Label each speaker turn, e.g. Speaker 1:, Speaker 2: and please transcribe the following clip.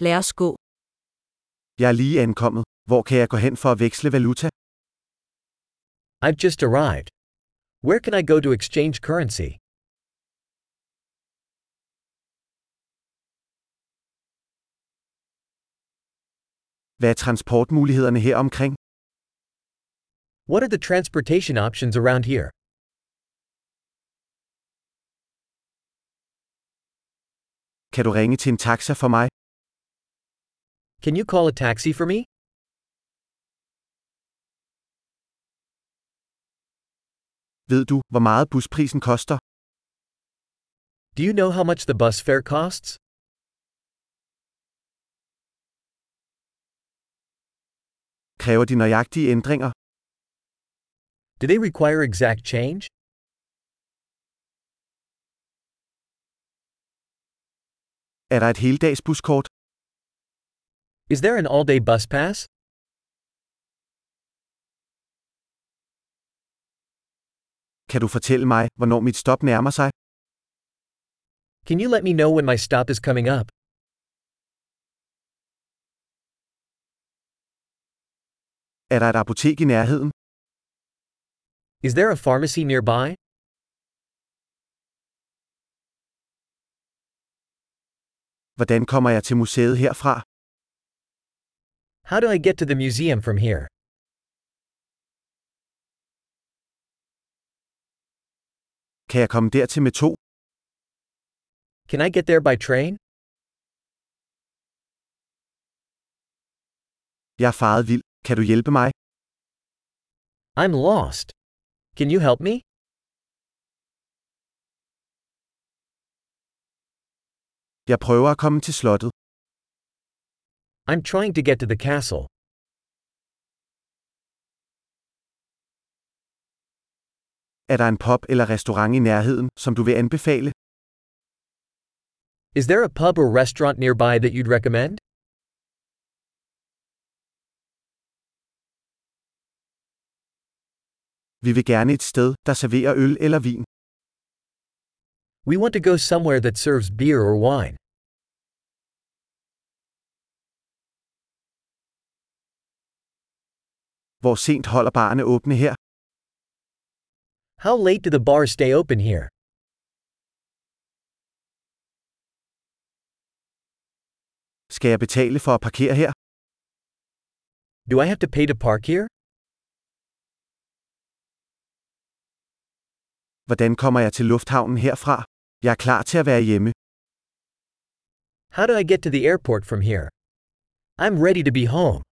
Speaker 1: Lad os gå.
Speaker 2: Jeg er lige ankommet. Hvor kan jeg gå hen for at veksle valuta?
Speaker 3: I've just arrived. Where can I go to exchange currency?
Speaker 2: Hvad er transportmulighederne her omkring?
Speaker 3: What are the transportation options around here?
Speaker 2: Kan du ringe til en taxa for mig?
Speaker 3: Can you call a taxi for me?
Speaker 2: Ved du, hvor meget busprisen koster?
Speaker 3: Do you know how much the bus fare costs?
Speaker 2: Kræver de nøjagtige ændringer?
Speaker 3: Do they require exact change?
Speaker 2: Er der et heldags buskort?
Speaker 3: Is there an all day bus pass?
Speaker 2: Kan du fortælle mig, hvornår mit stop nærmer sig?
Speaker 3: Can you let me know when my stop is coming up?
Speaker 2: Er der et apotek i nærheden?
Speaker 3: Is there a pharmacy nearby?
Speaker 2: Hvordan kommer jeg til museet herfra?
Speaker 3: How do I get to the museum from here?
Speaker 2: Kan jeg komme dertil med to?
Speaker 3: Can I get there by train?
Speaker 2: Jeg er faret vild. Kan du hjælpe mig?
Speaker 3: I'm lost. Can you help me?
Speaker 2: Jeg prøver at komme til slottet.
Speaker 3: I'm trying to get to the castle.
Speaker 2: Er der en pub eller restaurant i nærheden, som du vil anbefale?
Speaker 3: Is there a pub or restaurant nearby that you'd recommend?
Speaker 2: Vi vil gerne et sted, der serverer øl eller vin.
Speaker 3: We want to go somewhere that serves beer or wine.
Speaker 2: Hvor sent holder barerne åbne her?
Speaker 3: How late do the bars stay open here?
Speaker 2: Skal jeg betale for at parkere her?
Speaker 3: Do I have to pay to park here?
Speaker 2: Hvordan kommer jeg til lufthavnen herfra? Jeg er klar til at være hjemme.
Speaker 3: How do I get to the airport from here? I'm ready to be home.